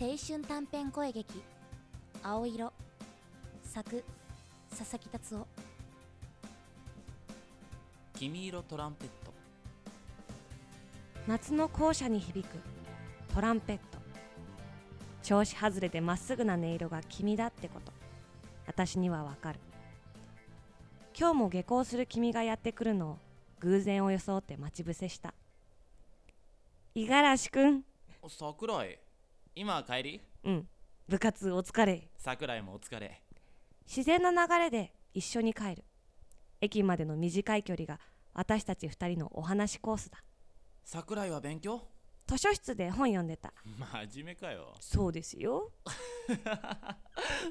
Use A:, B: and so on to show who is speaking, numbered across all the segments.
A: 青春短編声劇「青色」作佐々木達夫
B: 君色トランペット
C: 夏の校舎に響くトランペット調子外れてまっすぐな音色が君だってこと私にはわかる今日も下校する君がやってくるのを偶然を装って待ち伏せした五十嵐くん
B: お桜井今帰り
C: うん部活お疲れ
B: 桜井もお疲れ
C: 自然な流れで一緒に帰る駅までの短い距離が私たち二人のお話コースだ
B: 桜井は勉強
C: 図書室で本読んでた
B: 真面目かよ
C: そうですよ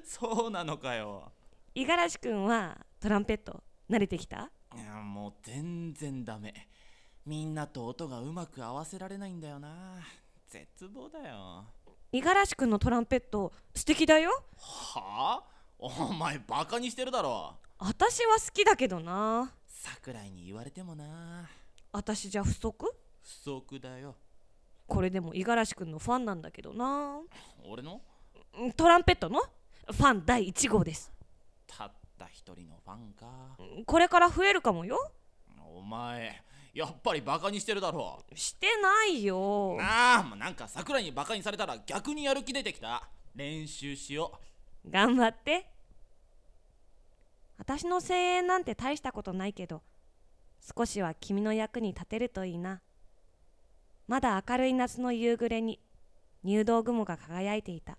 B: そうなのかよ
C: 五十嵐くんはトランペット慣れてきた
B: いやもう全然ダメみんなと音がうまく合わせられないんだよな絶望だよは
C: 五十嵐くんのトランペット素敵だよ
B: あお前バカにしてるだろ
C: 私は好きだけどな
B: 桜井に言われてもな
C: 私じゃ不足
B: 不足だよ
C: これでも五十嵐くんのファンなんだけどな
B: 俺の
C: んトランペットのファン第1号です
B: たった一人のファンか
C: んこれから増えるかもよ
B: お前やっぱりバカにしてるだろ
C: してないよ
B: なあもうなんか桜井にバカにされたら逆にやる気出てきた練習しよ
C: 頑張って私の声援なんて大したことないけど少しは君の役に立てるといいなまだ明るい夏の夕暮れに入道雲が輝いていた